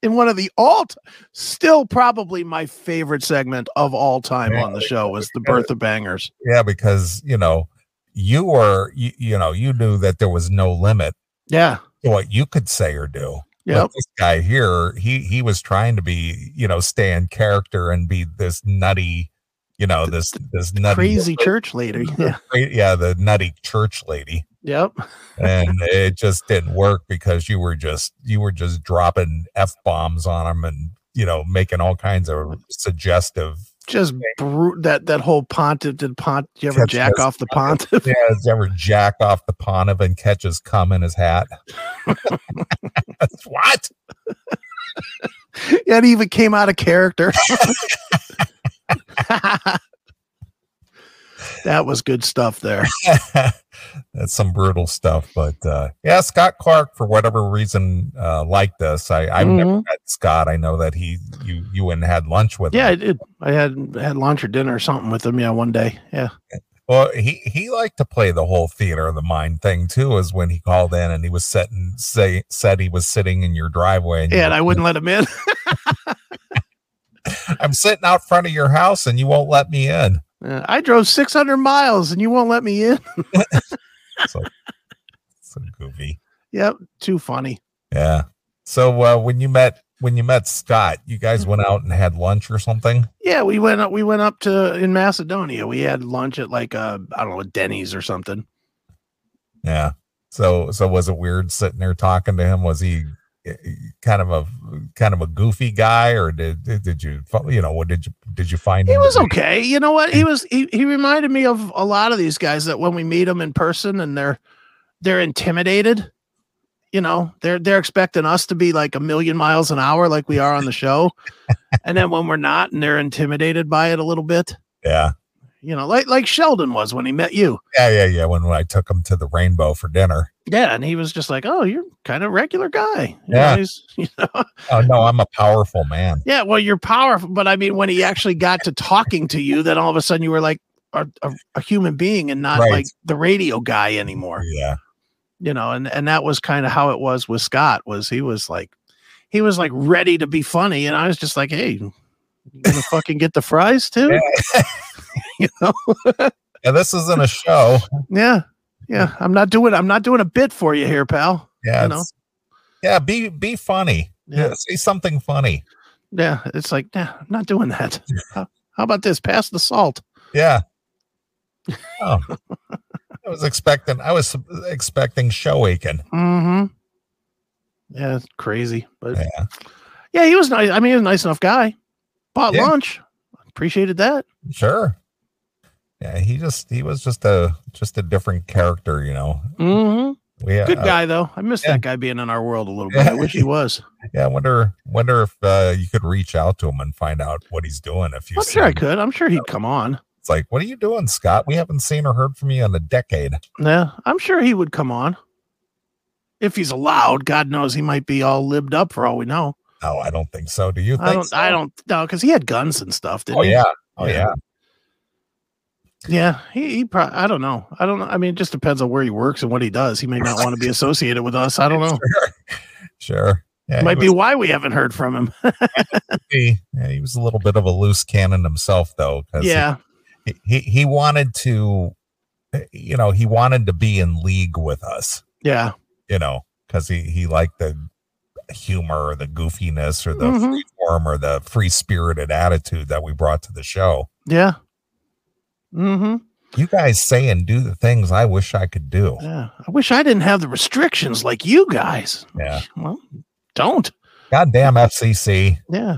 in one of the all t- still probably my favorite segment of all time Yeah, on the show was the birth of bangers Yeah, because you know, you were you, you know, you knew that there was no limit yeah to what you could say or do. But Yep. this guy here, he he was trying to be, you know, stay in character and be this nutty, you know, this this nutty Crazy church lady. Yeah. yeah, the nutty church lady. Yep. And it just didn't work because you were just you were just dropping F bombs on him and you know, making all kinds of suggestive Just brute that that whole pontiff did pont did you ever Catch jack this. off the pontiff? yeah, has ever jack off the Pontiff and catches cum in his hat. what? That even came out of character. that was good stuff there. That's some brutal stuff. But uh, yeah, Scott Clark, for whatever reason, uh, liked us. I, I've never Mm-hmm. met Scott. I know that he you you went and had lunch with Yeah, him. I did. I had had lunch or dinner or something with him. Yeah, one day. Yeah. Well, he he liked to play the whole theater of the mind thing too. Is when he called in and he was sitting say said he was sitting in your driveway. And you Yeah, and were- I wouldn't let him in. I'm sitting out front of your house and you won't let me in. Uh, I drove 600 miles and you won't let me in. It's like so goofy. Yep, too funny. Yeah. So uh, when you met when you met Scott, you guys Mm-hmm. went out and had lunch or something. Yeah, we went up. We went up to in Macedonia. We had lunch at like I I don't know Denny's or something. Yeah. So so was it weird sitting there talking to him? Was he eh, eh, kind of a kind of a goofy guy, or did did did you fi- you know what did you did you find He him to was be- okay. You know what? He was. He, he reminded me of a lot of these guys that when we meet them in person and they're they're intimidated. You know, they're they're expecting us to be like a million miles an hour, like we are on the show, and then when we're not, and they're intimidated by it a little bit. Yeah. You know, like like Sheldon was when he met you. Yeah, yeah, yeah. When, when I took him to the rainbow for dinner. Yeah, and he was just like, "Oh, you're kind of a regular guy." You know, Yeah. he's- you know? Oh no, I'm a powerful man. yeah. Well, you're powerful, but I mean, when he actually got to talking to you, then all of a sudden you were like a, a, a human being and not Right. like the radio guy anymore. Yeah. You know, and and that was kind of how it was with Scott. Was he was like, he was like ready to be funny, and I was just like, "Hey, you gonna fucking get the fries too?" you know. Yeah, this isn't a show. Yeah. Yeah. I'm not doing. I'm not doing a bit for you here, pal. Yeah. You know. it's- Yeah, be be funny. Yeah. Yeah. Say something funny. Yeah, it's like, nah, I'm not doing that. How, how about this? Pass the salt. Yeah. Oh. I was expecting I was expecting show aching. Mm-hmm. Yeah, it's crazy. But yeah. Yeah. he was nice. I mean, he was a nice enough guy. Bought Yeah. lunch. Appreciated that. Sure. Yeah, he just he was just a just a different character, you know. Mm-hmm. We Good uh, guy though. I miss yeah. that guy being in our world a little bit. I wish he was. Yeah, I wonder wonder if uh, you could reach out to him and find out what he's doing if you I'm see sure I him. could. I'm sure he'd come on. It's like, what are you doing, Scott? We haven't seen or heard from you in a decade. Yeah, I'm sure he would come on. If he's allowed, God knows he might be all libbed up for all we know. Oh, I don't think so. Do you think I don't. so? I don't know because he had guns and stuff. Didn't Oh he? yeah. Oh Yeah. yeah. Yeah, he, he probably. I don't know. I don't know. I mean, it just depends on where he works and what he does. He may not want to be associated with us. I don't know. Sure. Yeah, he Might be was- why we haven't heard from him. yeah, he was a little bit of a loose cannon himself though. 'cause he- yeah, he, he he wanted to eh, you know, he wanted to be in league with us. yeah, you know, because he he liked the humor or the goofiness or the Mhm. free form or the free spirited attitude that we brought to the show. yeah. Mm-hmm. You guys say and do the things I wish I could do. Yeah. I wish I didn't have the restrictions like you guys. Yeah. Well, don't. Goddamn FCC. Yeah.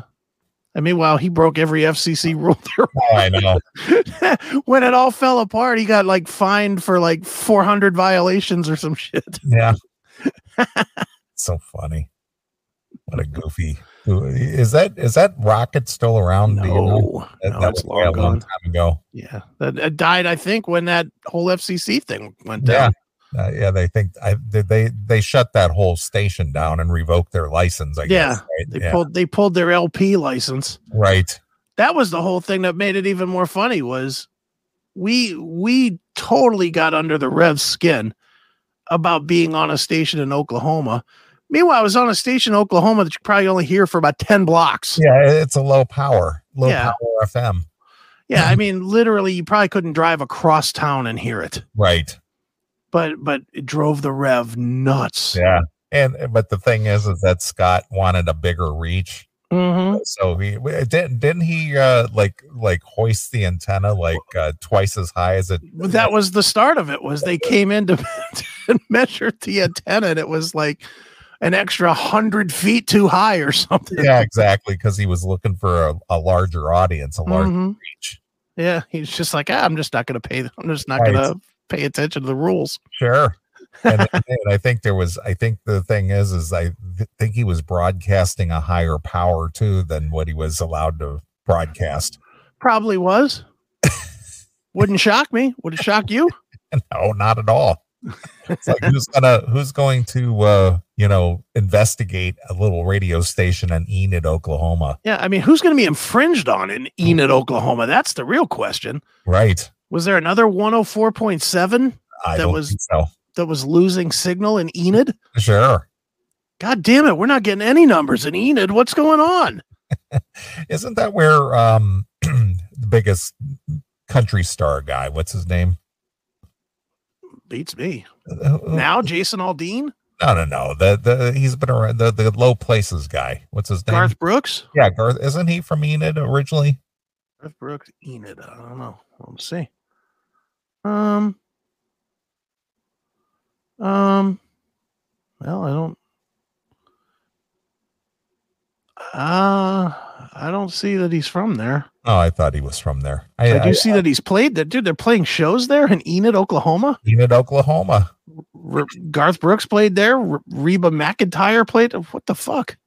I mean, wow, he broke every FCC rule there. Oh, I know. when it all fell apart, he got like fined for like 400 violations or some shit. Yeah. so funny. What a goofy. Is that is that rocket still around? No, Do you know? no, That, that it's was way a long long gone. time ago. Yeah, that it died. I think when that whole FCC thing went down. Yeah. Uh, yeah, they think I, did they they shut that whole station down and revoked their license. I Yeah, guess. right? They yeah, pulled they pulled their LP license. right. That was the whole thing that made it even more funny was we we totally got under the Rev's skin about being on a station in Oklahoma. Meanwhile, I was on a station in Oklahoma that you probably only hear for about 10 blocks. Yeah, it's a low power, low Yeah. power FM. Yeah, I mean, literally you probably couldn't drive across town and hear it. Right. But but it drove the Rev nuts. Yeah. And but the thing is, is that Scott wanted a bigger reach, Mm-hmm. so he we- didn't. Didn't he uh, like like hoist the antenna like uh, twice as high as it? That was the start of it. Was they came in to, to measure the antenna, and it was like an extra hundred feet too high or something. Yeah, exactly. Because he was looking for a, a larger audience, a larger Mhm. reach. Yeah, he's just like, ah, I'm just not going to pay. I'm just not Right. going to pay attention to the rules. Sure. And, and I think there was. I think the thing is, is I th- think he was broadcasting a higher power too than what he was allowed to broadcast. Probably was. Wouldn't shock me. Would it shock you? No, not at all. It's like who's gonna who's going to uh you know investigate a little radio station in Enid, Oklahoma? Yeah, I mean, who's going to be infringed on in Enid, Oklahoma? That's the real question. Right. Was there another 104.7 I That don't was- think so. that was losing signal in Enid? Sure. God damn it, we're not getting any numbers in Enid. What's going on? Isn't that where um the biggest country star guy, what's his name? Beats me. Uh, who- Now, Jason Aldean, No, no, no. The the he's been around the, the low places guy. What's his name? Garth Brooks. Yeah, Garth. Isn't he from Enid originally? Garth Brooks, Enid. I don't know. Let's see. Um. Um. Well, I don't. Uh, I don't see that he's from there. Oh, I thought he was from there. I, I do I- see that he's played there. Dude, they're playing shows there in Enid, Oklahoma. Enid, Oklahoma. R- Garth Brooks played there. R- Reba McIntyre played. What the fuck?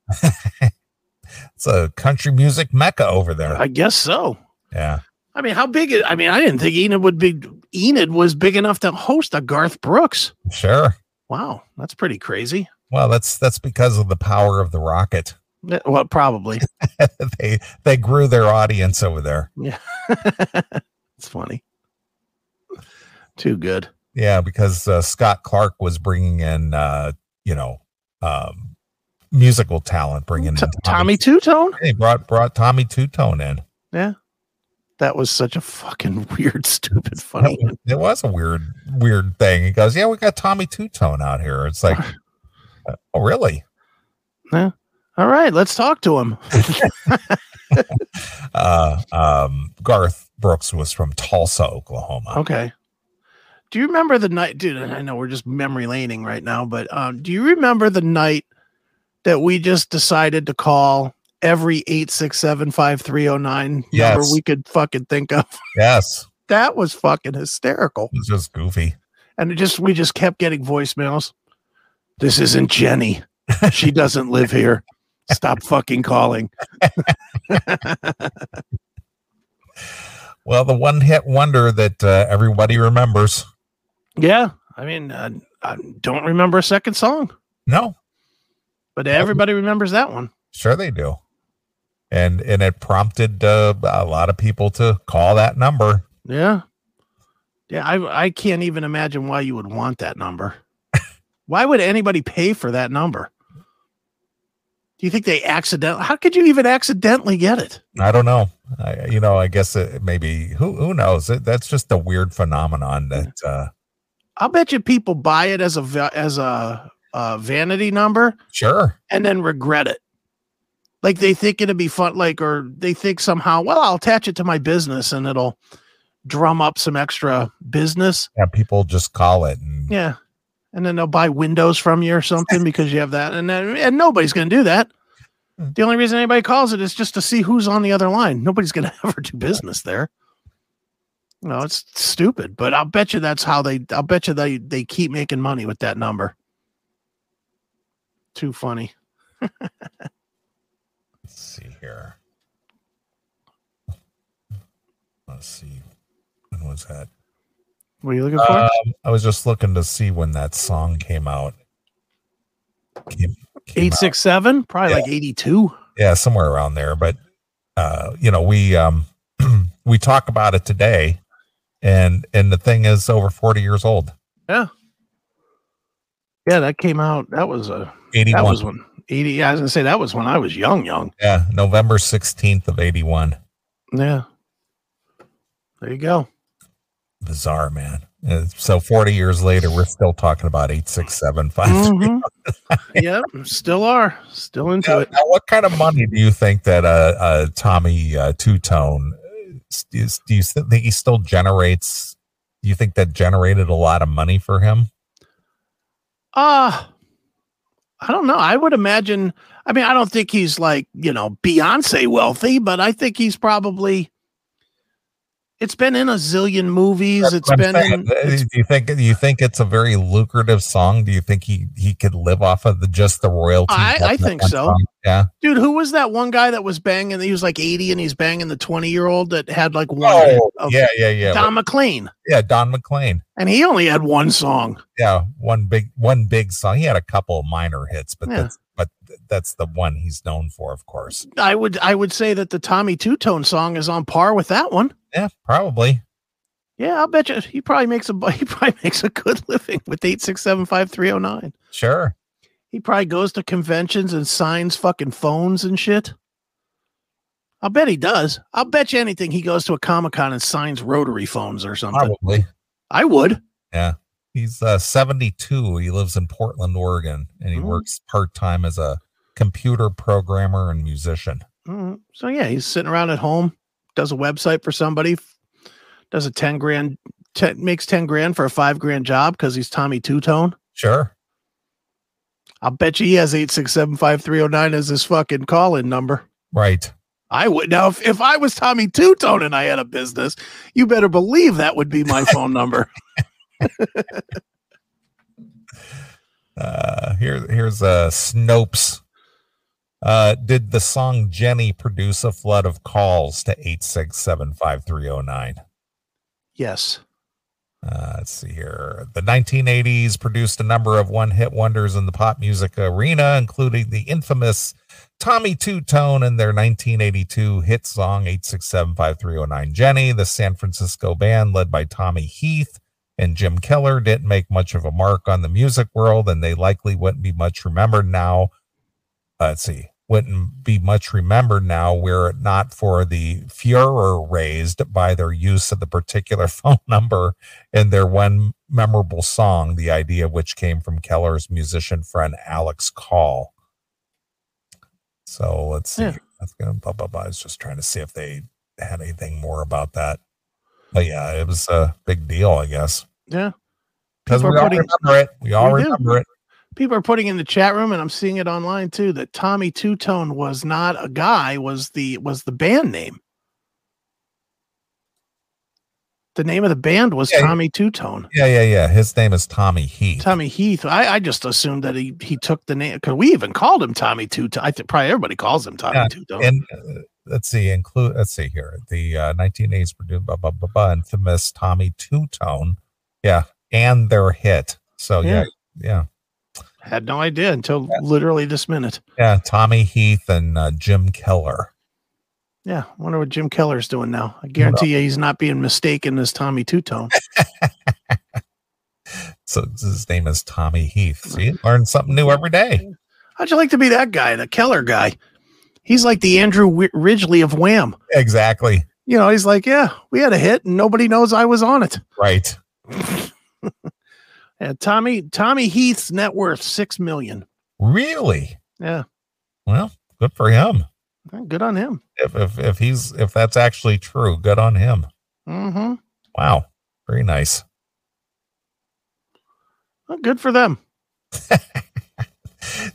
It's a country music mecca over there. I guess so. yeah. I mean, how big? Is, I mean, I didn't think Enid would be. Enid was big enough to host a Garth Brooks. Sure. Wow, that's pretty crazy. Well, that's that's because of the power of the rocket. Yeah, Eh, Well, probably. they they grew their audience over there. it's funny. Too good. Yeah, because uh, Scott Clark was bringing in uh, you know um, musical talent, bringing T- in Tommy Two Tone. They brought brought Tommy Two Tone in. That was such a fucking weird, stupid, funny. That was- It was a weird weird thing. He goes, "Yeah, we got Tommy Two Tone out here." It's like, oh really? All right, let's talk to him. Uh, um, Garth Brooks was from Tulsa, Oklahoma. Okay. Do you remember the night, dude? And I know we're just memory laning right now, but um, do you remember the night that we just decided to call every eight six seven five three zero nine number Yes. we could fucking think of? Yes, That was fucking hysterical. it was just goofy. and it just we just kept getting voicemails. This isn't Jenny. She doesn't live here. Stop fucking calling. Well, the one hit wonder that uh, everybody remembers. Yeah, I mean, uh, I don't remember a second song, No, but everybody remembers that one. sure they do, and and it prompted uh, a lot of people to call that number. Yeah, yeah. I I can't even imagine why you would want that number. why would anybody pay for that number? Do you think they accidentally? How could you even accidentally get it? I don't know. I, you know, I guess it maybe who who knows. It, that's just a weird phenomenon that uh, I'll bet you people buy it as a va- as a, a vanity number, sure and then regret it. Like they think it'll be fun, like, or they think somehow, well, I'll attach it to my business and it'll drum up some extra business. yeah, people just call it and Yeah. And then they'll buy windows from you or something because you have that. And then, and nobody's going to do that. Mm. The only reason anybody calls it is just to see who's on the other line. Nobody's going to ever do business there. No, it's stupid, but I'll bet you that's how they, I'll bet you they, they keep making money with that number. Too funny. let's see here. Let's see. When was that? What are you looking for? Um, I was just looking to see when that song came out. Came- came Eight out. six seven, probably Yeah. like eighty two. yeah somewhere around there but uh you know we um we talk about it today and and the thing is over 40 years old Yeah, that came out. That was a that 81 was when eighty. Yeah, I was gonna say that was when I was young, young. yeah november 16th of 81 Yeah. There you go. bizarre, man. Uh, So 40 years later, we're still talking about 86753. Mhm. yep, still are still into Now, it. now what kind of money do you think that uh, uh, Tommy uh, Two Tone? Do you st- think he still generates? Do you think that generated a lot of money for him? Uh I don't know. I would imagine I mean, I don't think he's like, you know, Beyonce wealthy, but I think he's probably it's been in a zillion movies. It's That's what been I'm in, saying. it's, Uh, do you think do you think it's a very lucrative song? Do you think he he could live off of the just the royalty? I- I think so. Yeah. dude, who was that one guy that was banging he was like 80 and he's banging the 20 year old that had like one hit Oh, of yeah, yeah, yeah, Don McLean. yeah. Don McLean. And he only had one song. Yeah, one big one big song. He had a couple of minor hits, but Yeah. that's but th- that's the one he's known for, of course. I would I would say that the Tommy Two Tone song is on par with that one. Yeah, probably. Yeah, I'll bet you he probably makes a bu- he probably makes a good living with eight six seven five three oh nine. Sure. He probably goes to conventions and signs fucking phones and shit. I'll bet he does. I'll bet you anything he goes to a Comic Con and signs rotary phones or something. Probably. I would. He's uh, 72. He lives in Portland, Oregon, and he Mm. works part time as a computer programmer and musician. Mm, So yeah, he's sitting around at home, does a website for somebody, f- does a ten grand, 10, makes ten grand for a five grand job because he's Tommy Two Tone. Sure. I'll bet you he has eight six seven five three zero nine as his fucking call in number. Right. I would now if, if I was Tommy Two Tone and I had a business, you better believe that would be my phone number. Uh, here, here's uh, Snopes. Uh, did the song Jenny produce a flood of calls to 8675309? Yes. Uh, let's see here. The 1980s produced a number of one hit wonders in the pop music arena, including the infamous Tommy Two Tone and their 1982 hit song 8675309 Jenny. The San Francisco band, led by Tommy Heath and Jim Keller, didn't make much of a mark on the music world, and they likely wouldn't be much remembered now. Uh, let's see. Wouldn't be much remembered now were it not for the furor raised by their use of the particular phone number in their one memorable song, the idea of which came from Keller's musician friend Alex Call. So let's see. Yeah. That's gonna blah blah blah. I was just trying to see if they had anything more about that. But yeah, it was a big deal, I guess. Yeah. Because we People are all putting- remember it. We all We do. remember it. People are putting in the chat room, and I'm seeing it online too, that Tommy Two Tone was not a guy, was the was the band name. The name of the band was Yeah. Tommy Two Tone. Yeah, yeah, yeah. His name is Tommy Heath. Tommy Heath. I, I just assumed that he he took the name because we even called him Tommy Two Tone. I think probably everybody calls him Tommy Yeah, Two Tone. and uh, let's see, include let's see here the uh, 1980s produced blah, blah, blah, blah, infamous Tommy Two Tone, yeah, and their hit. So yeah, Hmm. yeah, Had no idea until literally this minute. yeah, Tommy Heath and uh, Jim Keller. Yeah, wonder what Jim Keller's doing now. I guarantee you he's not being mistaken as Tommy Two Tone. So his name is Tommy Heath. See, learn something new every day. How'd you like to be that guy, the Keller guy? He's like the Andrew Wi- Ridgely of Wham. Exactly You know, he's like, yeah, we had a hit and nobody knows I was on it. right. Yeah, Tommy Tommy Heath's net worth six million. Really? Yeah, Well, good for him. good on him. If if if he's if that's actually true, good on him. Mm-hmm. Wow, very nice. good for them.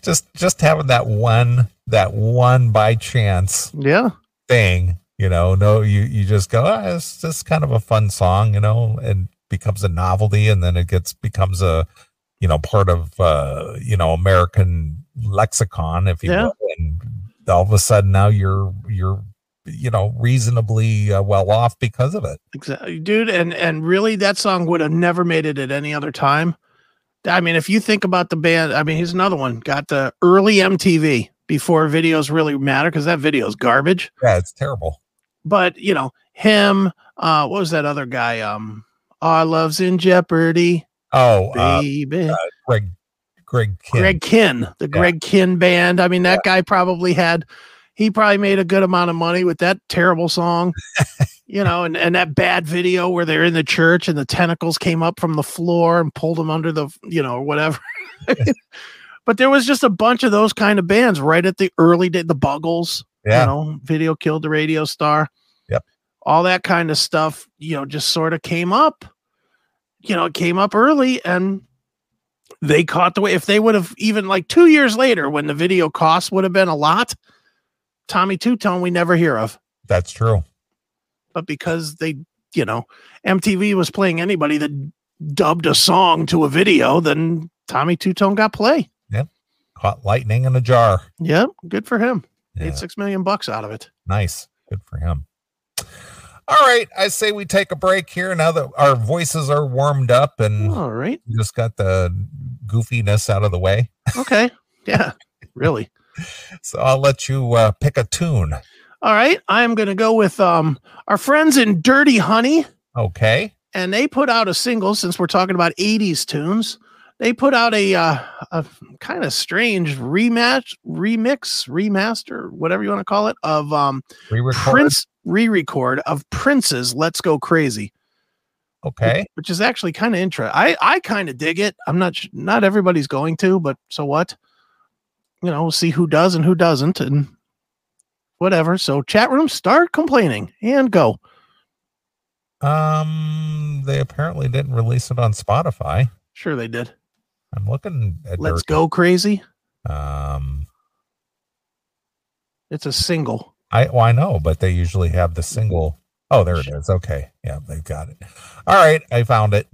just just having that one that one by chance Yeah, thing you know no you you just go ah, it's just kind of a fun song you know and becomes a novelty and then it gets becomes a you know part of uh you know american lexicon if you Yeah. will and all of a sudden now you're you're you know reasonably uh, well off because of it exactly, dude. And and really, that song would have never made it at any other time. I mean, if you think about the band, I mean, here's another one. Got the early MTV before videos really matter because that video's garbage. yeah it's terrible but you know him uh what was that other guy um our love's in jeopardy oh uh baby greg greg Kidd. greg kinn the greg kinn band i mean that guy probably had he probably made a good amount of money with that terrible song you know, and, and that bad video where they're in the church and the tentacles came up from the floor and pulled them under the, you know, or whatever. but there was just a bunch of those kind of bands right at the early day, the Buggles, Yeah. you know, Video Killed the Radio Star. Yep. All that kind of stuff, you know, just sort of came up. You know, it came up early and they caught the way. If they would have even like two years later, when the video cost would have been a lot, Tommy Two Tone, we never hear of That's true. but because they, you know, MTV was playing anybody that dubbed a song to a video, then Tommy Two Tone got play. Caught lightning in a jar. Yep, good for him. Yeah. Made six million bucks out of it. Nice. Good for him. All right. I say we take a break here now that our voices are warmed up and All right. we just got the goofiness out of the way. Okay. Yeah. Really. So I'll let you uh, pick a tune. All right. I'm gonna go with um our friends in Dirty Honey, Okay. and they put out a single since we're talking about 80s tunes. They put out a uh, a kind of strange rematch, remix, remaster, whatever you want to call it, of um Re record. Prince re-record of Prince's "Let's Go Crazy," Okay. which is actually kind of interesting. I I kind of dig it. I'm not sh- not everybody's going to, but so what? You know, we'll see who does and who doesn't, and whatever. So chat room, start complaining and go. Um, they apparently didn't release it on Spotify. Sure, they did. I'm looking at Let's their- go crazy. Um, It's a single. I well, I know, but they usually have the single. Oh, there it is. Okay, yeah, they've got it. All right, I found it.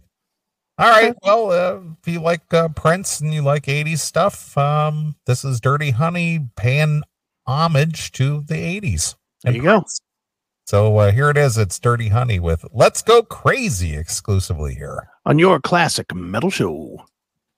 All right, well, uh, if you like uh, Prince and you like '80s stuff, um, this is Dirty Honey paying homage to the '80s. There And you go. So uh, here it is. It's Dirty Honey with "Let's Go Crazy" exclusively here. on your classic metal show.